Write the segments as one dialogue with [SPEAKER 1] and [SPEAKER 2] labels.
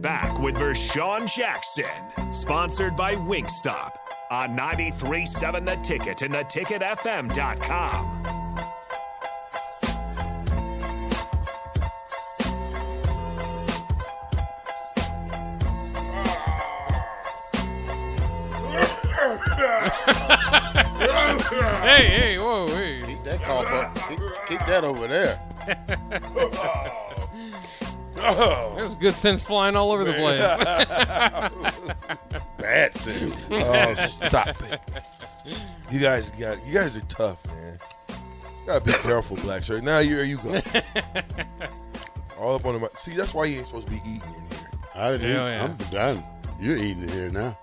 [SPEAKER 1] back with Vershawn Jackson, sponsored by Winkstop on 937 The Ticket and theticketfm.com.
[SPEAKER 2] Hey, hey, whoa, hey.
[SPEAKER 3] Keep that cough up. Keep, keep that over there. Oh,
[SPEAKER 2] That was good sense flying all over the place.
[SPEAKER 3] That's it. Oh, stop it. You guys got you guys are tough, man. You gotta be careful, black shirt. Now here you go. All up on my see, that's why you ain't supposed to be eating in here.
[SPEAKER 4] I didn't
[SPEAKER 2] Hell
[SPEAKER 4] eat.
[SPEAKER 2] yeah.
[SPEAKER 4] I'm done. You're eating it here now.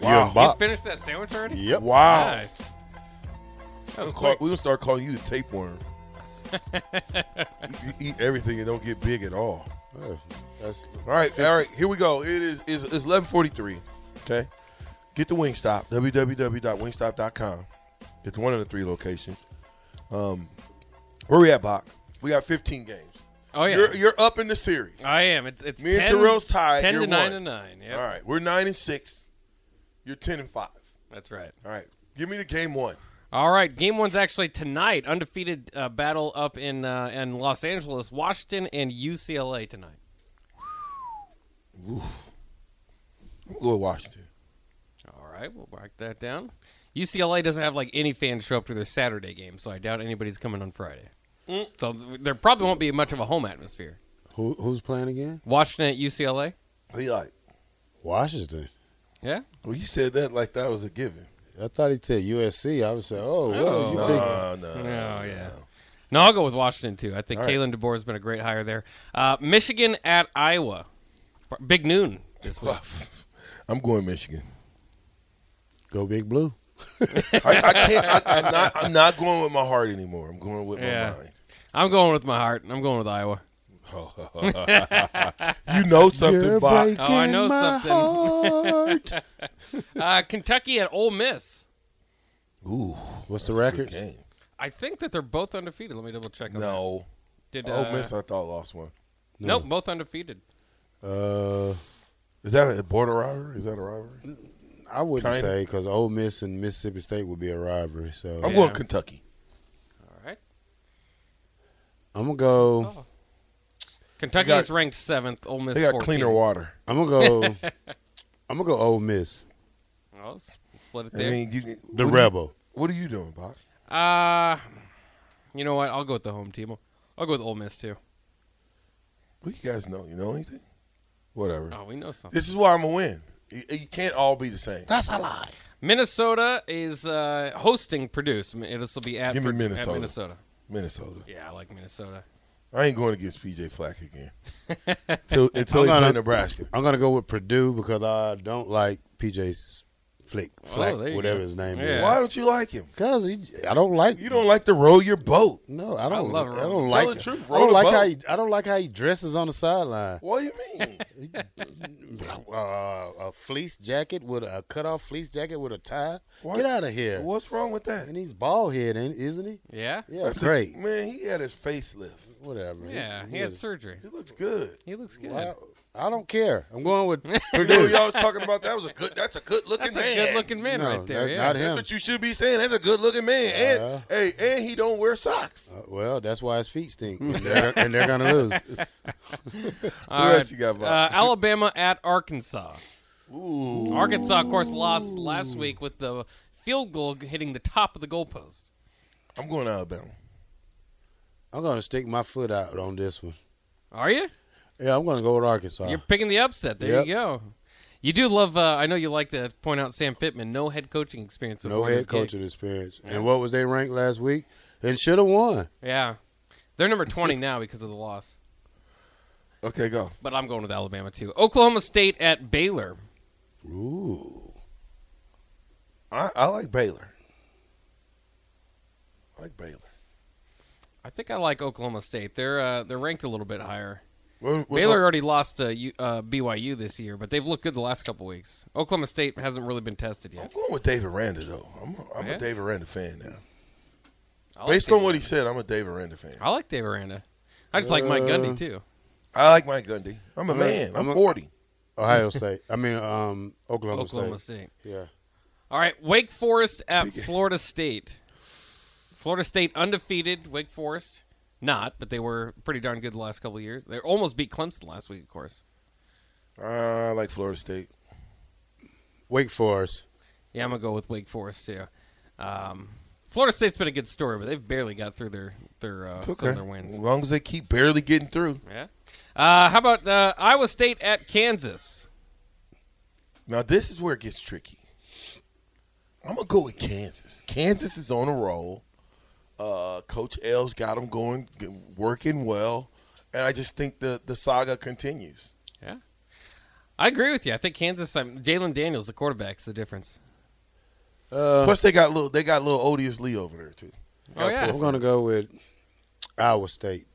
[SPEAKER 3] Wow.
[SPEAKER 4] You and Bop.
[SPEAKER 2] Finish that sandwich already?
[SPEAKER 4] Yep.
[SPEAKER 3] Wow.
[SPEAKER 2] Nice. That was
[SPEAKER 3] We'll call-
[SPEAKER 2] quick.
[SPEAKER 3] we gonna start calling you the tapeworm. you eat everything and don't get big at all.
[SPEAKER 4] Uh, That's
[SPEAKER 3] All right, all right, here we go. It is is it's eleven forty three. Okay, get the Wingstop www.wingstop.com. Get to one of the three locations. Um, where we at, Bach? We got fifteen games.
[SPEAKER 2] Oh yeah,
[SPEAKER 3] You're you're up in the series.
[SPEAKER 2] I am. It's it's
[SPEAKER 3] Me and
[SPEAKER 2] 10
[SPEAKER 3] Terrell's tied.
[SPEAKER 2] Ten
[SPEAKER 3] You're
[SPEAKER 2] to nine
[SPEAKER 3] one.
[SPEAKER 2] and nine. Yeah,
[SPEAKER 3] All right, we're nine and six. You're ten and five.
[SPEAKER 2] that's right.
[SPEAKER 3] All right, give me the game one.
[SPEAKER 2] All right, game one's actually tonight. Undefeated uh, battle up in uh, in Los Angeles, Washington, and UCLA tonight.
[SPEAKER 3] We'll go with Washington.
[SPEAKER 2] All right, we'll mark that down. UCLA doesn't have like any fans show up to their Saturday game, so I doubt anybody's coming on Friday.
[SPEAKER 3] Mm.
[SPEAKER 2] So th- there probably won't be much of a home atmosphere.
[SPEAKER 4] who, who's playing again?
[SPEAKER 2] Washington at UCLA.
[SPEAKER 3] He like,
[SPEAKER 4] Washington.
[SPEAKER 2] Yeah,
[SPEAKER 3] well, you said that like that was a given.
[SPEAKER 4] I thought he said USC. I was saying, oh, whoa, you
[SPEAKER 2] Oh.
[SPEAKER 4] big.
[SPEAKER 3] Uh, no,
[SPEAKER 2] Oh yeah. No, I'll go with Washington too. I think
[SPEAKER 3] All right.
[SPEAKER 2] Kalen DeBoer has been a great hire there. Uh, Michigan at Iowa, big noon this week.
[SPEAKER 3] I'm going Michigan.
[SPEAKER 4] Go big blue.
[SPEAKER 3] I, I can't. I, I'm not. I'm not going with my heart anymore. I'm going with my
[SPEAKER 2] Yeah.
[SPEAKER 3] mind.
[SPEAKER 2] I'm going with my heart. I'm going with Iowa.
[SPEAKER 3] You know something,
[SPEAKER 4] You're
[SPEAKER 3] Bob.
[SPEAKER 4] breaking
[SPEAKER 2] Oh, I know
[SPEAKER 4] my
[SPEAKER 2] something.
[SPEAKER 4] heart.
[SPEAKER 2] Uh, Kentucky at Ole Miss.
[SPEAKER 3] Ooh,
[SPEAKER 4] What's the record?
[SPEAKER 3] game.
[SPEAKER 2] I think that they're both undefeated. Let me double check. On
[SPEAKER 3] No,
[SPEAKER 2] that. did uh,
[SPEAKER 3] Ole Miss. I thought lost one.
[SPEAKER 2] No, both undefeated.
[SPEAKER 4] Uh,
[SPEAKER 3] Is that a border rivalry? Is that a rivalry?
[SPEAKER 4] I wouldn't 'cause
[SPEAKER 3] Kinda.
[SPEAKER 4] say because Ole Miss and Mississippi State would be a rivalry. So
[SPEAKER 3] I'm
[SPEAKER 2] Oh, Yeah.
[SPEAKER 3] going Kentucky.
[SPEAKER 2] All right.
[SPEAKER 4] I'm gonna go.
[SPEAKER 2] Oh. Kentucky
[SPEAKER 3] They got-
[SPEAKER 2] is ranked seventh. Ole Miss.
[SPEAKER 3] They got
[SPEAKER 2] 14th.
[SPEAKER 3] cleaner water.
[SPEAKER 4] I'm gonna go. I'm gonna go Ole Miss.
[SPEAKER 2] Oh, s- split it
[SPEAKER 3] I
[SPEAKER 2] there.
[SPEAKER 3] mean, you,
[SPEAKER 4] The
[SPEAKER 3] what are
[SPEAKER 4] Rebel.
[SPEAKER 3] You, what are you doing, Bob?
[SPEAKER 2] uh, you know what? I'll go with the home team. I'll go with Ole Miss too.
[SPEAKER 3] What do you guys know? You know anything? Whatever.
[SPEAKER 2] Oh, we know something.
[SPEAKER 3] This is why I'm a win. You, you can't all be the same.
[SPEAKER 2] Minnesota is uh, hosting Purdue. So This will be at,
[SPEAKER 3] Give me
[SPEAKER 2] Pur- at
[SPEAKER 3] Minnesota.
[SPEAKER 2] Minnesota.
[SPEAKER 3] Minnesota.
[SPEAKER 2] Yeah, I like Minnesota.
[SPEAKER 3] I ain't going against PJ Flack again until until he
[SPEAKER 4] I'm gonna-
[SPEAKER 3] play Nebraska.
[SPEAKER 4] I'm gonna go with Purdue because I don't like PJ's Flick, Flack,
[SPEAKER 2] Oh, there you
[SPEAKER 4] whatever
[SPEAKER 2] go.
[SPEAKER 4] his name
[SPEAKER 2] Yeah.
[SPEAKER 4] is.
[SPEAKER 3] Why don't you like him?
[SPEAKER 4] Because I don't like
[SPEAKER 3] You don't like to roll your boat.
[SPEAKER 4] No, I don't. I,
[SPEAKER 2] love Roman.
[SPEAKER 4] don't
[SPEAKER 2] Tell
[SPEAKER 4] like.
[SPEAKER 3] the truth,
[SPEAKER 4] I
[SPEAKER 3] roll the
[SPEAKER 4] don't like
[SPEAKER 3] boat.
[SPEAKER 4] how he. I don't like how he dresses on the sideline.
[SPEAKER 3] What do you mean?
[SPEAKER 4] Uh, a fleece jacket with a cut off fleece jacket with a tie.
[SPEAKER 3] What?
[SPEAKER 4] Get out of here.
[SPEAKER 3] What's wrong with that?
[SPEAKER 4] And he's bald head, ain't- isn't he?
[SPEAKER 2] Yeah.
[SPEAKER 4] Yeah,
[SPEAKER 3] That's a-
[SPEAKER 4] great.
[SPEAKER 3] man, he had his facelift.
[SPEAKER 4] Whatever.
[SPEAKER 2] Yeah, he had
[SPEAKER 4] is.
[SPEAKER 2] surgery.
[SPEAKER 3] He looks good.
[SPEAKER 2] He looks good.
[SPEAKER 4] Well, I, I don't care. I'm going with
[SPEAKER 3] You know, y'all was talking about that was a good. That's a good looking
[SPEAKER 2] That's a
[SPEAKER 3] man.
[SPEAKER 2] good looking man
[SPEAKER 4] No,
[SPEAKER 2] right there.
[SPEAKER 4] that-
[SPEAKER 2] yeah.
[SPEAKER 4] not him.
[SPEAKER 3] That's what you should be saying. That's a good looking man.
[SPEAKER 4] Uh.
[SPEAKER 3] And hey, and he don't wear socks.
[SPEAKER 4] Uh, well, that's why his feet stink, and they're, and they're gonna lose.
[SPEAKER 2] All
[SPEAKER 3] Who
[SPEAKER 2] right.
[SPEAKER 3] else you got, Bob?
[SPEAKER 2] Uh, Alabama at Arkansas.
[SPEAKER 3] Ooh,
[SPEAKER 2] Arkansas, of course, lost last week with the field goal hitting the top of the goalpost. Uh,
[SPEAKER 3] I'm going to Alabama.
[SPEAKER 4] I'm gonna stick my foot out on this one.
[SPEAKER 2] Are you?
[SPEAKER 4] Yeah, I'm gonna go with Arkansas.
[SPEAKER 2] You're picking the upset. There
[SPEAKER 4] Uh, Yep.
[SPEAKER 2] you go. You do love. Uh, I know you like to point out Sam Pittman. No head coaching experience.
[SPEAKER 4] no
[SPEAKER 2] before this
[SPEAKER 4] head
[SPEAKER 2] game.
[SPEAKER 4] coaching experience. And what was they ranked last week? And should have won.
[SPEAKER 2] Yeah, they're number twenty now because of the loss.
[SPEAKER 3] Okay, go.
[SPEAKER 2] But I'm going with Alabama too. Oklahoma State at Baylor.
[SPEAKER 4] Ooh.
[SPEAKER 3] I, I like Baylor. I like Baylor.
[SPEAKER 2] I think I like Oklahoma State. They're uh, they're ranked a little bit higher.
[SPEAKER 3] What- what's
[SPEAKER 2] Baylor
[SPEAKER 3] up?
[SPEAKER 2] already lost to U- uh, BYU this year, but they've looked good the last couple weeks. Oklahoma State hasn't really been tested
[SPEAKER 3] I'm
[SPEAKER 2] yet.
[SPEAKER 3] going with David Randa though. I'm, a, I'm
[SPEAKER 2] Yeah?
[SPEAKER 3] a David Randa fan now.
[SPEAKER 2] I like
[SPEAKER 3] Based
[SPEAKER 2] Dave
[SPEAKER 3] on what he said, I'm a David Randa fan.
[SPEAKER 2] I
[SPEAKER 3] Uh,
[SPEAKER 2] like Dave Aranda. I just like Mike Gundy too.
[SPEAKER 3] I like Mike Gundy. I'm a
[SPEAKER 4] I'm a-
[SPEAKER 3] man. I'm,
[SPEAKER 4] I'm a-
[SPEAKER 3] 40.
[SPEAKER 4] Ohio State. I mean, um, Oklahoma,
[SPEAKER 2] Oklahoma State.
[SPEAKER 4] Yeah.
[SPEAKER 2] All right, Wake Forest at Florida State. Florida State undefeated. Wake Forest not, but they were pretty darn good the last couple of years. They almost beat Clemson last week, of course.
[SPEAKER 3] Uh, I like Florida State.
[SPEAKER 4] Wake Forest.
[SPEAKER 2] Yeah, I'm gonna go with Wake Forest too. Um, Florida State's been a good story, but they've barely got through their their uh, some of their
[SPEAKER 3] As
[SPEAKER 2] wins.
[SPEAKER 3] long as they keep barely getting through.
[SPEAKER 2] Yeah. Uh, how about uh, Iowa State at Kansas?
[SPEAKER 3] Now this is where it gets tricky. I'm gonna go with Kansas. Kansas is on a roll. Uh, Coach L's got them going, g- working well, and I just think the the saga continues.
[SPEAKER 2] Yeah. I agree with you. I think Kansas. I'm, Jalen Daniels, the quarterback's the difference.
[SPEAKER 4] Uh,
[SPEAKER 3] Plus, they got little they got little odious Lee over there too.
[SPEAKER 2] Oh yeah.
[SPEAKER 4] I'm going to go with Iowa State.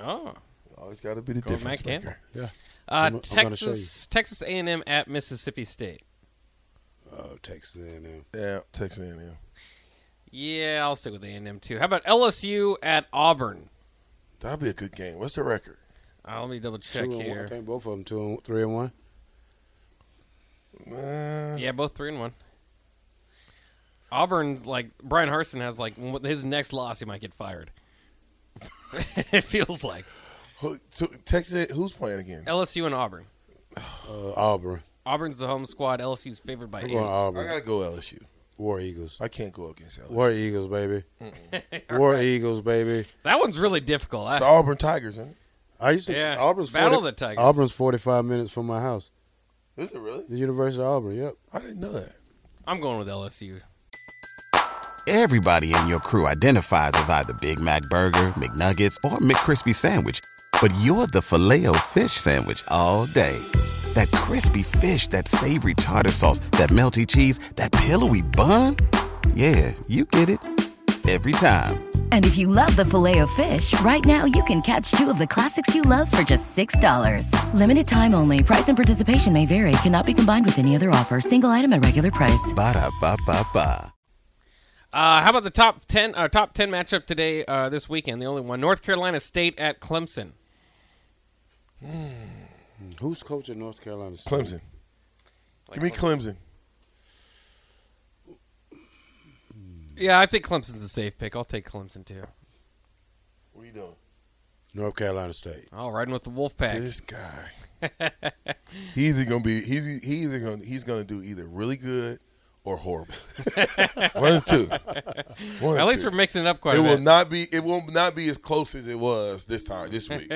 [SPEAKER 2] Oh.
[SPEAKER 3] Always got to be the
[SPEAKER 2] Go with
[SPEAKER 3] difference
[SPEAKER 2] Matt Campbell.
[SPEAKER 3] maker.
[SPEAKER 4] Yeah.
[SPEAKER 2] Uh,
[SPEAKER 4] I'm- I'm gonna show
[SPEAKER 2] Texas, Texas A&M at Mississippi State.
[SPEAKER 4] Oh, Texas A&M.
[SPEAKER 3] Yeah, Texas A&M.
[SPEAKER 2] Yeah, I'll stick with A&M too. How about LSU at Auburn?
[SPEAKER 3] That'll be a good game. What's the record?
[SPEAKER 2] Uh, let me double
[SPEAKER 4] Two
[SPEAKER 2] check
[SPEAKER 4] and one. I
[SPEAKER 2] here.
[SPEAKER 4] think both of them two and three and one.
[SPEAKER 3] Uh,
[SPEAKER 2] Yeah, both three and one. Auburn, like Brian Harson has like w- his next loss, he might get fired. it feels like
[SPEAKER 3] who, so Texas, who's playing again?
[SPEAKER 2] LSU and Auburn.
[SPEAKER 4] Uh, Auburn.
[SPEAKER 2] Auburn's the home squad. LSU's favored by
[SPEAKER 4] I'm going
[SPEAKER 2] eight.
[SPEAKER 3] I
[SPEAKER 4] Auburn.
[SPEAKER 3] gotta go LSU.
[SPEAKER 4] War Eagles.
[SPEAKER 3] I can't go against LSU.
[SPEAKER 4] War Eagles, baby. War Eagles, baby.
[SPEAKER 2] That one's really difficult.
[SPEAKER 3] It's the
[SPEAKER 2] I,
[SPEAKER 3] Auburn Tigers, huh?
[SPEAKER 4] I used to
[SPEAKER 2] Yeah.
[SPEAKER 4] Auburn's
[SPEAKER 2] Battle of the Tigers.
[SPEAKER 4] Auburn's forty-five minutes from my house.
[SPEAKER 3] Is it really?
[SPEAKER 4] The University of Auburn. Yep.
[SPEAKER 3] I didn't know that.
[SPEAKER 2] I'm going with LSU.
[SPEAKER 5] Everybody in your crew identifies as either Big Mac Burger, McNuggets, or McCrispy Sandwich. But you're the filet fish Sandwich all day. That crispy fish, that savory tartar sauce, that melty cheese, that pillowy bun. Yeah, you get it. Every time.
[SPEAKER 6] And if you love the filet of fish, right now you can catch two of the classics you love for just $6. Limited time only. Price and participation may vary. Cannot be combined with any other offer. Single item at regular price.
[SPEAKER 5] Ba-da-ba-ba-ba.
[SPEAKER 2] Uh, how about the top ten? Uh, top ten matchup today, uh, this weekend. The only one: North Carolina State at Clemson.
[SPEAKER 4] Mm. Who's coaching North Carolina? State?
[SPEAKER 3] Clemson. Give me Clemson.
[SPEAKER 2] Yeah, I think Clemson's a safe pick. I'll take Clemson too.
[SPEAKER 3] What are you doing?
[SPEAKER 4] North Carolina State.
[SPEAKER 2] All riding with the Wolfpack.
[SPEAKER 3] This guy. he's either gonna be he's he's either gonna he's gonna do either really good or horrible. One of two. One of
[SPEAKER 2] At least
[SPEAKER 3] two.
[SPEAKER 2] we're mixing it up quite
[SPEAKER 3] it
[SPEAKER 2] a
[SPEAKER 3] will
[SPEAKER 2] bit.
[SPEAKER 3] not be it will not be as close as it was this time this week.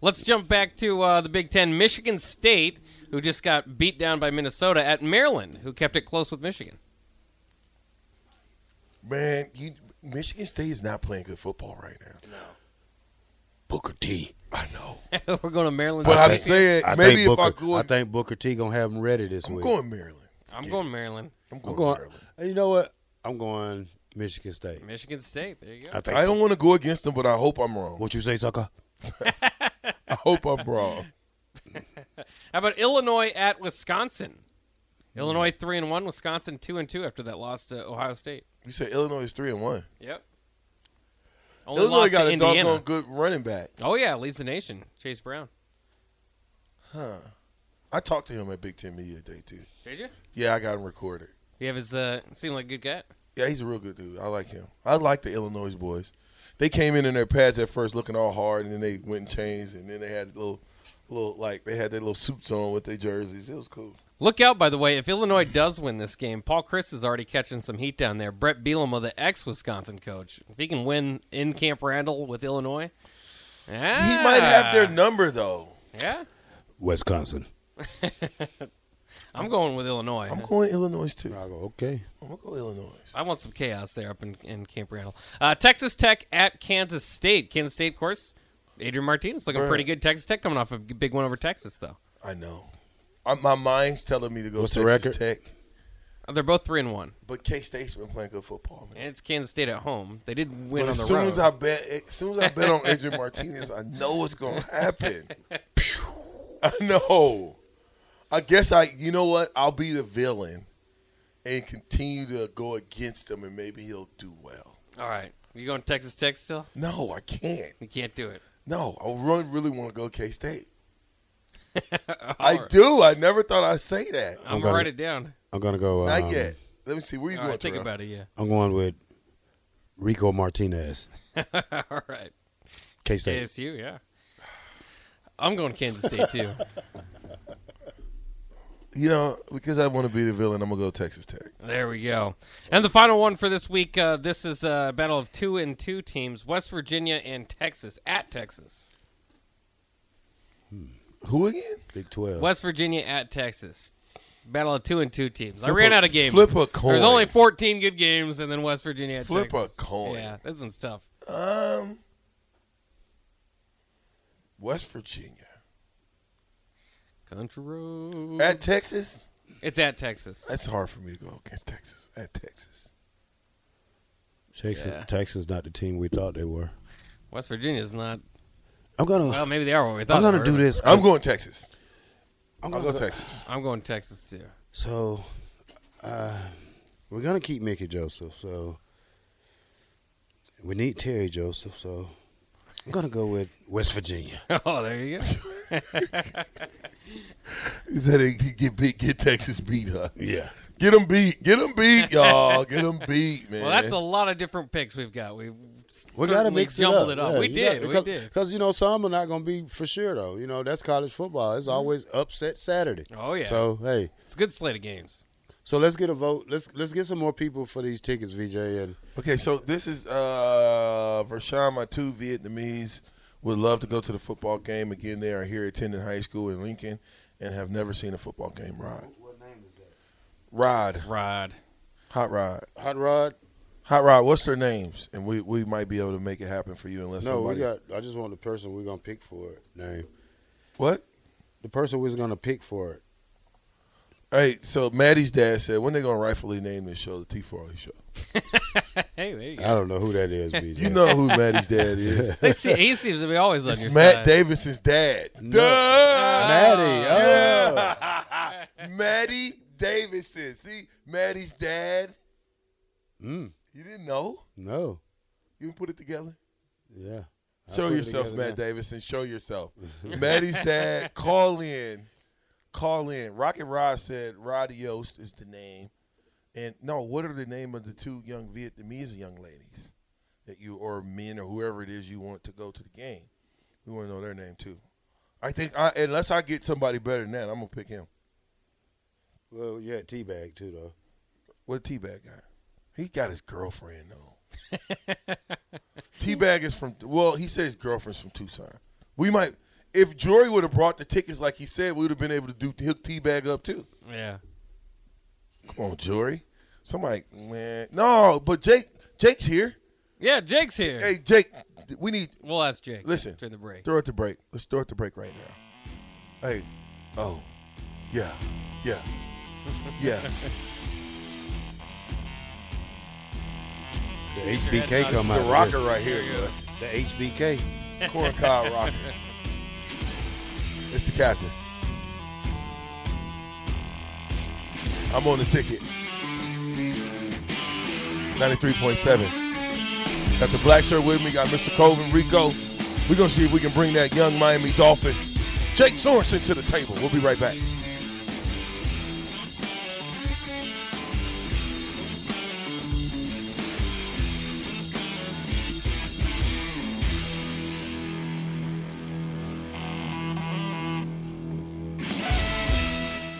[SPEAKER 2] Let's jump back to uh, the Big Ten. Michigan State, who just got beat down by Minnesota, at Maryland, who kept it close with Michigan.
[SPEAKER 3] Man, you, Michigan State is not playing good football right now.
[SPEAKER 4] Booker T.
[SPEAKER 3] I know.
[SPEAKER 2] We're going to Maryland.
[SPEAKER 3] But I'm
[SPEAKER 2] State.
[SPEAKER 3] saying
[SPEAKER 4] I
[SPEAKER 3] maybe
[SPEAKER 4] think
[SPEAKER 3] if I
[SPEAKER 4] Booker,
[SPEAKER 3] go
[SPEAKER 4] I think Booker T gonna have him ready this
[SPEAKER 3] I'm
[SPEAKER 4] week.
[SPEAKER 3] going Maryland.
[SPEAKER 2] I'm going Maryland.
[SPEAKER 3] I'm
[SPEAKER 4] I'm
[SPEAKER 3] going,
[SPEAKER 4] going.
[SPEAKER 3] Maryland.
[SPEAKER 4] You know what? I'm going Michigan State.
[SPEAKER 2] Michigan State. There you go.
[SPEAKER 4] I think.
[SPEAKER 3] I don't want to go against them, but I hope I'm wrong.
[SPEAKER 4] what you say, sucker?
[SPEAKER 3] I hope I'm wrong.
[SPEAKER 2] How about Illinois at Wisconsin? Illinois
[SPEAKER 3] Mm.
[SPEAKER 2] three and one, Wisconsin two and two after that loss to Ohio State.
[SPEAKER 3] You said Illinois is three and one.
[SPEAKER 2] Yep. Only
[SPEAKER 3] Illinois
[SPEAKER 2] lost
[SPEAKER 3] got
[SPEAKER 2] to
[SPEAKER 3] a
[SPEAKER 2] Indiana.
[SPEAKER 3] doggone good running back.
[SPEAKER 2] Oh yeah, leads the nation. Chase Brown.
[SPEAKER 3] I talked to him at Big Ten Media Day too.
[SPEAKER 2] Did you?
[SPEAKER 3] Yeah, I got him recorded.
[SPEAKER 2] You have his uh seemed like a good guy.
[SPEAKER 3] Yeah, he's a real good dude. I like him. I like the Illinois boys. They came in in their pads at first, looking all hard, and then they went and changed, and then they had little, little like they had their little suits on with their jerseys. It was cool.
[SPEAKER 2] Look out, by the way, if Illinois does win this game, Paul Chris is already catching some heat down there. Brett Bielema, the ex Wisconsin coach, if he can win in Camp Randall with Illinois,
[SPEAKER 3] He
[SPEAKER 2] Ah.
[SPEAKER 3] might have their number though.
[SPEAKER 2] yeah.
[SPEAKER 4] Wisconsin.
[SPEAKER 2] I'm going with Illinois.
[SPEAKER 3] I'm going Illinois too.
[SPEAKER 4] I go okay.
[SPEAKER 3] I'm gonna go Illinois.
[SPEAKER 2] I want some chaos there up in, in Camp Randall. Uh, Texas Tech at Kansas State. Kansas State, of course. Adrian Martinez looking
[SPEAKER 3] Right.
[SPEAKER 2] pretty good. Texas Tech coming off a big win over Texas, though.
[SPEAKER 3] I know. I, my mind's telling me to go
[SPEAKER 4] What's the
[SPEAKER 3] Texas
[SPEAKER 4] record?
[SPEAKER 3] Tech,
[SPEAKER 2] Uh, They're both three and one,
[SPEAKER 3] but K State's been playing good football, man.
[SPEAKER 2] and it's Kansas State at home. They did win
[SPEAKER 3] But
[SPEAKER 2] on
[SPEAKER 3] as
[SPEAKER 2] the
[SPEAKER 3] soon
[SPEAKER 2] road.
[SPEAKER 3] as I bet, eh, as soon as I bet on Adrian Martinez, I know what's gonna happen. Pew. I know. I guess I. You know what? I'll be the villain and continue to go against him, and maybe he'll do well.
[SPEAKER 2] All right, you going Texas Tech still?
[SPEAKER 3] No, I can't.
[SPEAKER 2] You can't do it.
[SPEAKER 3] No, I really, really want to go K State. I do. I never thought I'd say that.
[SPEAKER 2] I'm, gonna
[SPEAKER 4] gonna-
[SPEAKER 2] write it down.
[SPEAKER 4] I'm gonna go.
[SPEAKER 3] Not
[SPEAKER 4] Um,
[SPEAKER 3] yet. Let me see. Where you
[SPEAKER 2] All
[SPEAKER 3] going?
[SPEAKER 2] right, think
[SPEAKER 3] Terrell?
[SPEAKER 2] about it. Yeah.
[SPEAKER 4] I'm going with Rico Martinez,
[SPEAKER 2] All right.
[SPEAKER 4] K State.
[SPEAKER 2] KSU. Yeah. I'm going Kansas State too.
[SPEAKER 3] You know, because I want to be the villain, I'm gonna go Texas Tech.
[SPEAKER 2] There we go. And the final one for this week. Uh, this is a battle of two and two teams: West Virginia and Texas at Texas.
[SPEAKER 3] Who again?
[SPEAKER 4] Big Twelve.
[SPEAKER 2] West Virginia at Texas. Battle of two and two teams. I ran
[SPEAKER 3] a-
[SPEAKER 2] out of games.
[SPEAKER 3] flip a coin.
[SPEAKER 2] There's only 14 good games, and then West Virginia at
[SPEAKER 3] Flip a
[SPEAKER 2] Texas.
[SPEAKER 3] coin.
[SPEAKER 2] Yeah, this one's tough.
[SPEAKER 3] Um, West Virginia
[SPEAKER 2] Country road.
[SPEAKER 3] at Texas.
[SPEAKER 2] it's at Texas.
[SPEAKER 3] That's hard for me to go against Texas at Texas.
[SPEAKER 4] Texas,
[SPEAKER 2] Yeah.
[SPEAKER 4] Texas, not the team we thought they were.
[SPEAKER 2] West Virginia's not.
[SPEAKER 4] I'm gonna.
[SPEAKER 2] Well, maybe they are what we thought.
[SPEAKER 4] I'm
[SPEAKER 2] they
[SPEAKER 4] gonna
[SPEAKER 2] were,
[SPEAKER 4] do
[SPEAKER 2] but
[SPEAKER 4] this.
[SPEAKER 3] I'm going Texas.
[SPEAKER 4] I'm
[SPEAKER 3] I'll
[SPEAKER 4] gonna
[SPEAKER 3] go
[SPEAKER 4] go-
[SPEAKER 3] Texas.
[SPEAKER 2] I'm going Texas too.
[SPEAKER 4] So, uh, we're gonna keep Mickey Joseph. So, we need Terry Joseph. So, I'm gonna go with West Virginia.
[SPEAKER 2] oh, there you go.
[SPEAKER 3] He said he he get beat, get Texas beat, huh?
[SPEAKER 4] Yeah.
[SPEAKER 3] Get them beat, get them beat, y'all, get them beat, man.
[SPEAKER 2] Well, that's a lot of different picks we've got. We've
[SPEAKER 4] We gotta
[SPEAKER 2] certainly
[SPEAKER 4] mix
[SPEAKER 2] jumbled
[SPEAKER 4] it
[SPEAKER 2] it
[SPEAKER 4] up.
[SPEAKER 2] up.
[SPEAKER 4] Yeah,
[SPEAKER 2] we
[SPEAKER 4] you
[SPEAKER 2] did.
[SPEAKER 4] gotta-
[SPEAKER 2] we
[SPEAKER 4] cause,
[SPEAKER 2] did.
[SPEAKER 4] Because you know some are not gonna be for sure though. You know that's college football. It's always upset Saturday.
[SPEAKER 2] Mm-hmm. Oh, yeah.
[SPEAKER 4] So hey,
[SPEAKER 2] It's a good slate of games.
[SPEAKER 4] so let's get a vote. Let's let's get some more people for these tickets, VJ. And
[SPEAKER 3] okay. So this is uh Vershawn, my two Vietnamese would love to go to the football game again. They are here attending high school in Lincoln and have never seen a football game. Rod,
[SPEAKER 4] what name is that?
[SPEAKER 3] Rod,
[SPEAKER 2] Rod.
[SPEAKER 3] Hot Rod,
[SPEAKER 4] Hot Rod.
[SPEAKER 3] Hot Rod. What's their names? And we we might be able to make it happen for you unless
[SPEAKER 4] No,
[SPEAKER 3] somebody
[SPEAKER 4] we got. I just want the person we're gonna pick for it. Name
[SPEAKER 3] what.
[SPEAKER 4] the person we're gonna pick for it.
[SPEAKER 3] Hey, so Maddie's dad said when they gonna rightfully name this show the T Farley Show.
[SPEAKER 2] Hey, there you go.
[SPEAKER 4] I don't know who that is, VJ.
[SPEAKER 3] You know who Maddie's dad is.
[SPEAKER 2] They see, he seems to be always on
[SPEAKER 3] It's
[SPEAKER 2] your
[SPEAKER 3] Matt
[SPEAKER 2] side.
[SPEAKER 3] Davis's dad.
[SPEAKER 4] No.
[SPEAKER 3] Duh!
[SPEAKER 4] Maddie. Oh.
[SPEAKER 3] Yeah. Maddie Davidson. See, Maddie's dad.
[SPEAKER 4] Mm,
[SPEAKER 3] You didn't know?
[SPEAKER 4] no.
[SPEAKER 3] You didn't put it together?
[SPEAKER 4] Yeah. I
[SPEAKER 3] show
[SPEAKER 4] put it
[SPEAKER 3] yourself,
[SPEAKER 4] together
[SPEAKER 3] Matt
[SPEAKER 4] now.
[SPEAKER 3] Davidson. Show yourself. Maddie's dad. Call in. Call in. Rocket Rod said Rod Yost is the name. And no, what are the name of the two young Vietnamese young ladies that you or men or whoever it is you want to go to the game? We want to know their name too. I think I, unless I get somebody better than that, I'm gonna pick him.
[SPEAKER 4] Well, you had teabag too, though.
[SPEAKER 3] What T-Bag got? He got his girlfriend though. T-Bag is from well, he said his girlfriend's from Tucson. We might if Jory would have brought the tickets like he said, we would have been able to do hook T-Bag up too.
[SPEAKER 2] Yeah.
[SPEAKER 3] Come on, Jory. So I'm like, man, no, but Jake Jake's here.
[SPEAKER 2] Yeah, Jake's here.
[SPEAKER 3] Hey, Jake, we need
[SPEAKER 2] We'll ask Jake.
[SPEAKER 3] Listen.
[SPEAKER 2] During the break.
[SPEAKER 3] throw it to break. Let's throw it to break right now. Hey. Oh. Yeah. Yeah. Yeah.
[SPEAKER 4] The
[SPEAKER 2] your head
[SPEAKER 4] HBK come
[SPEAKER 3] the
[SPEAKER 4] out.
[SPEAKER 3] rocker right here, yeah.
[SPEAKER 4] The HBK.
[SPEAKER 3] Corn cob rocket. It's the captain. I'm on the ticket. 93.7. Got the black shirt with me. Got Mr. Colvin Rico. We're going to see if we can bring that young Miami Dolphin, Jake Sorensen, to the table. We'll be right back.